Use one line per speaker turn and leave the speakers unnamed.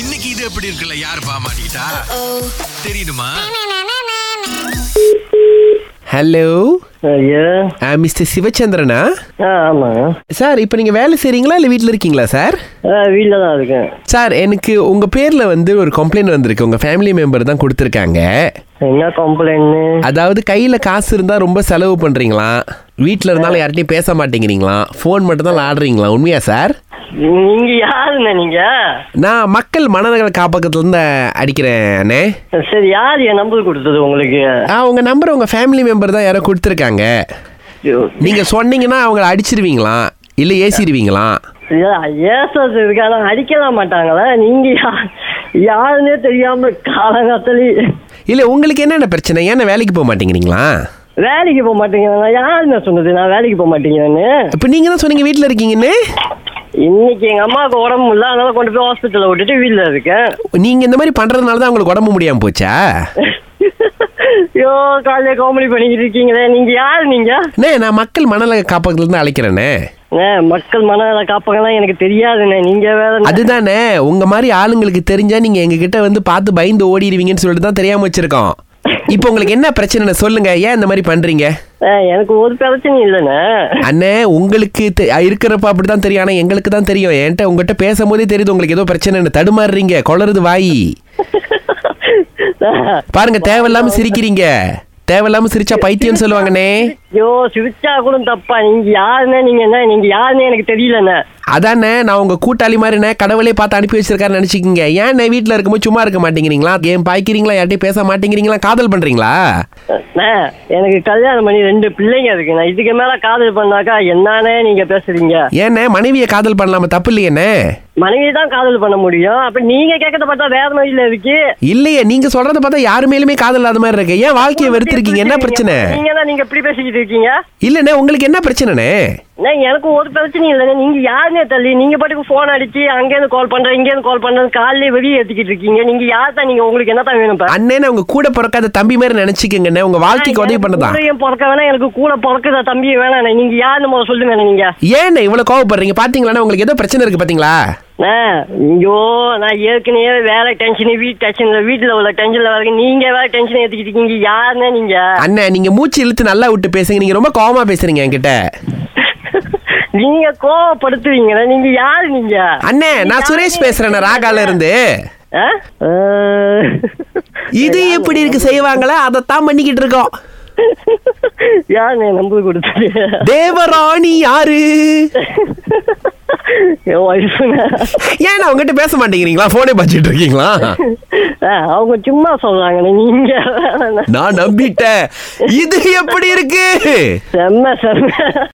இன்னைக்கு இது எப்படி இருக்குல்ல யார் பாமாட்டா தெரியுமா
ஹலோ
ஐயா
மிஸ்டர் சிவச்சந்திரனா
ஆ ஆமாங்க
சார் இப்போ நீங்கள் வேலை செய்கிறீங்களா இல்லை வீட்டில் இருக்கீங்களா சார்
ஆ வீட்டில் தான் இருக்கேன்
சார் எனக்கு உங்கள் பேரில் வந்து ஒரு கம்ப்ளைண்ட் வந்திருக்கு உங்கள் ஃபேமிலி மெம்பர் தான் கொடுத்துருக்காங்க
என்ன கம்ப்ளைண்ட்னு
அதாவது கையில் காசு இருந்தால் ரொம்ப செலவு பண்ணுறீங்களாம் வீட்டில் இருந்தாலும் யார்கிட்டையும் பேச மாட்டேங்கிறீங்களாம் ஃபோன் மட்டும் தான் ஆடுறீங்களா உண்மையா சார்
நீங்கள் யாருண்ணே நீங்கள்
நான் மக்கள் மனநகர காப்பகத்துலேருந்து அடிக்கிறேன் அண்ணே
சரி யார் என் நம்பர் கொடுத்தது உங்களுக்கு
ஆ உங்கள் நம்பர் உங்கள் ஃபேமிலி மெம்பர் தான் யாரோ கொடுத்துருக்காங்க
ஐயோ,
நீங்கள் சொன்னீங்கன்னா அவங்கள அடிச்சிருவீங்களாம் இல்லை ஏசிடுவீங்களாம்
ஐயா ஏசஸ் இருக்காங்க அடிக்கலாம் மாட்டாங்களா நீங்கள் யார் யாருன்னே தெரியாமல் காலங்காத்தலி
இல்லை உங்களுக்கு என்னென்ன பிரச்சனை ஏன்னா வேலைக்கு போக மாட்டேங்கிறீங்களா
வேலைக்கு போக மாட்டேங்கிறாங்க யாருண்ணே சொன்னது நான் வேலைக்கு போக மாட்டேங்கிறேன்னு
இப்போ நீங்கள் தான் சொன்னீங்க வீட்டில் இருக்கீங்கன்னு
இன்னைக்கு எங்கள் அம்மாவுக்கு உடம்பு இல்லை அதனால கொண்டு போய் ஹாஸ்பிட்டலில் விட்டுட்டு வீட்டில் இருக்கேன்
நீங்கள் இந்த மாதிரி பண்ணுறதுனால தான் உங்களுக்கு உடம்பு முடியாமல் போச்சா
ஐயோ காலையில காமெடி பண்ணிக்கிட்டு இருக்கீங்களே நீங்கள் யார் நீங்கள்
அண்ணே நான் மக்கள் மனநல காப்பகத்துலேருந்து அழைக்கிறேண்ணே
அண்ணே, மக்கள் மனநல காப்பகம்லாம் எனக்கு தெரியாதுண்ணே நீங்க வேற
அதுதானே உங்கள் மாதிரி ஆளுங்களுக்கு தெரிஞ்சா நீங்கள் எங்ககிட்ட வந்து பார்த்து பயந்து ஓடிடுவீங்கன்னு சொல்லிட்டு தான் தெரியாமல் வச்சுருக்கோம் இப்போ உங்களுக்கு என்ன பிரச்சனை சொல்லுங்கள் ஏன் இந்த மாதிரி பண்ணுறீங்க
அஹ், எனக்கு ஒரு பிரச்சனையும் இல்லைண்ணே
அண்ணே உங்களுக்கு தெ- இருக்கிறப்ப அப்படி தான் தெரியும் ஆனால் எங்களுக்கு தான் தெரியும் என்கிட்ட உங்ககிட்ட பேசும்போதே தெரியுது உங்களுக்கு ஏதோ பிரச்சனைன்னு தடுமாறுறீங்க கொளறுது வாய் பாருங்க தேவையில்லாம சிரிக்கிறீங்க தேவையில்லாம சிரிச்சா பைத்தியம்னு சொல்லுவாங்கண்ணே
ஐயோ சிரிச்சா கூட தப்பா நீங்க யாருண்ணே நீங்க என்ன நீங்க யாருன்னு எனக்கு தெரியலண்ணே
அதானே நான் உங்க கூட்டாளி மாதிரிண்ணே கடவுளே பார்த்து அனுப்பி வச்சிருக்காரு நினைச்சுக்கிங்க ஏன் வீட்டில் இருக்கும்போது சும்மா இருக்க மாட்டேங்கிறீங்களா கேம் பாய்க்கிறீங்களா யார்ட்டையும் பேச மாட்டேங்கிறீங்களா காதல் பண்றீங்களா
அண்ணே, எனக்கு கல்யாணம் பண்ணி ரெண்டு பிள்ளைங்க இருக்குண்ணே இதுக்கு மேல காதல் பண்ணாக்கா என்னண்ணே நீங்க பேசுறீங்க
ஏண்ணே மனைவியை காதல் பண்ணலாமா தப்பு இல்லையேண்ணே
மனைவி தான் காதல் பண்ண முடியும் அப்ப நீங்க கேட்கறத பார்த்தா வேற மாதிரில இருக்கு
இல்லையே நீங்க சொல்றத பார்த்தா யாரு மேலுமே காதல் இல்லாத மாதிரி இருக்கு ஏன் வாழ்க்கையை வெறுத்திருக்கீங்க என்ன பிரச்சனை
நீங்க தான் நீங்க இப்படி பேசிக்கிட்டு இருக்கீங்க
இல்லைண்ணே உங்களுக்கு என்ன பிரச்சனைண்ணே
அண்ணே, எனக்கு ஒரு பிரச்சனையும் இல்லைண்ணே நீங்க யாருன்னே தள்ளி நீங்க பாட்டுக்கு போன் அடிச்சு அங்கேருந்து கால் பண்றேன் இங்கேருந்து கால் பண்றேன் காலையில வெளியே ஏத்திக்கிட்டு இருக்கீங்க நீங்க யார் தான் நீங்க உங்களுக்கு என்ன தான் வேணும் இப்ப?
அண்ணேன்னு உங்க கூட பிறக்காத தம்பி மாதிரி நினைச்சுக்கங்கண்ணே உங்க வாழ்க்கைக்கு உதவி
எனக்கு
பண்ணதான்
கூடயும் பிறக்க வேணாம் எனக்கு கூட பிறக்குதா தம்பி வேணாண்ணே நீங்க யாருன்னு முதல்ல சொல்லுங்க நீங்க
ஏண்ணே இவ்வளவு கோவப்படுறீங்க பாத்தீங்களாண்ணே உங்களுக்கு ஏதோ பிரச்சனை இருக்கு பாத்தீங்களா
அண்ணே, ஐயோ நான் ஏற்கனவே வேலை டென்ஷன் வீட்டு டென்ஷன்ல வீட்டுல உள்ள டென்ஷன்ல வரைக்கும் நீங்க வேற டென்ஷன் ஏத்திக்கிட்டு இருக்கீங்க யாருன்னு நீங்க
அண்ணே நீங்க மூச்சு இழுத்து நல்லா விட்டு பேசுங்க நீங்க ரொம்ப கோவமா பேசுறீங்க என்கிட்ட
நீங்க கோவப்படுத்துவீங்கண்ணே நீங்க யாரு நீங்க
அண்ணே நான் சுரேஷ் பேசுறேன் ராகால இருந்து
ஆ? ஆ.
இது எப்படி இருக்கு செய்வாங்களா அதைத்தான் பண்ணிக்கிட்டு இருக்கோம்
யாருண்ணே நம்ப கொடுத்தது
தேவராணி யாரு
என் ஒய்ஃபுங்க
ஏன் அவங்ககிட்ட பேச மாட்டேங்கிறீங்களா போனே பாய்ச்சிட்டு இருக்கீங்களா
அவங்க சும்மா சொல்றாங்கண்ணே நீங்க வேணாண்ணே.
நான் நம்பிட்டேன் இது எப்படி இருக்கு
செம்ம செம்ம